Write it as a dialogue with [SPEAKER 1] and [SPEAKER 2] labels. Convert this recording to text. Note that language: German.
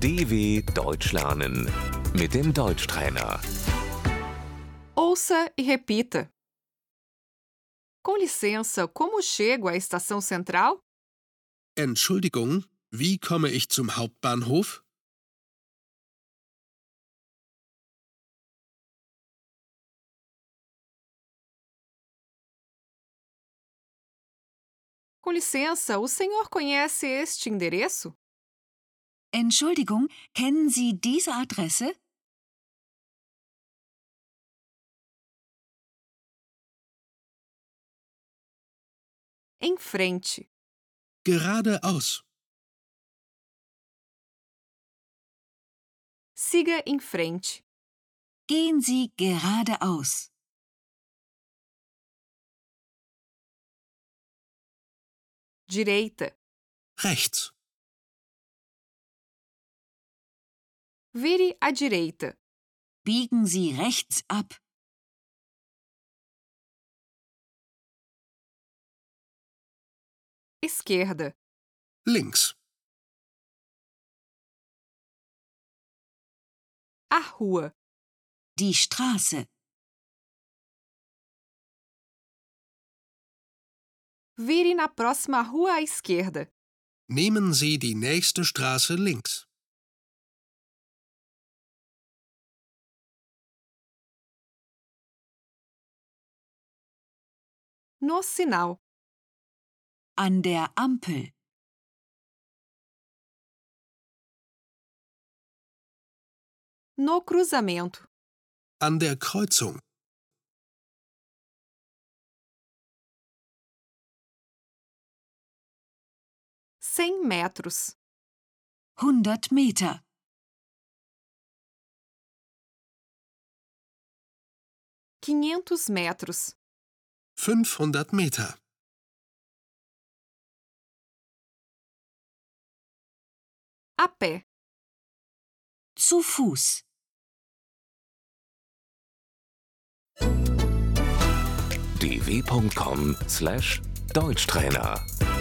[SPEAKER 1] DW Deutsch lernen mit dem Deutschtrainer.
[SPEAKER 2] Ouça e repita. Com licença, como chego à estação central?
[SPEAKER 3] Entschuldigung, wie komme ich zum Hauptbahnhof?
[SPEAKER 2] Com licença, o senhor conhece este endereço?
[SPEAKER 4] Entschuldigung, kennen Sie diese Adresse?
[SPEAKER 2] Em frente.
[SPEAKER 3] Geradeaus.
[SPEAKER 2] Siga em frente.
[SPEAKER 4] Gehen Sie geradeaus.
[SPEAKER 2] Direita.
[SPEAKER 3] Rechts.
[SPEAKER 2] Vire à direita.
[SPEAKER 4] Biegen Sie rechts ab.
[SPEAKER 2] Esquerda.
[SPEAKER 3] Links.
[SPEAKER 2] A rua.
[SPEAKER 4] Die Straße.
[SPEAKER 2] Vire na próxima rua à esquerda.
[SPEAKER 3] Nehmen Sie die nächste Straße links.
[SPEAKER 2] No sinal.
[SPEAKER 4] An der Ampel.
[SPEAKER 2] No cruzamento.
[SPEAKER 3] An der Kreuzung.
[SPEAKER 2] Cem metros.
[SPEAKER 4] 100 Meter.
[SPEAKER 2] Quinhentos metros.
[SPEAKER 3] 500 Meter.
[SPEAKER 2] A pé.
[SPEAKER 4] Zu Fuß.
[SPEAKER 1] dw.com/deutschtrainer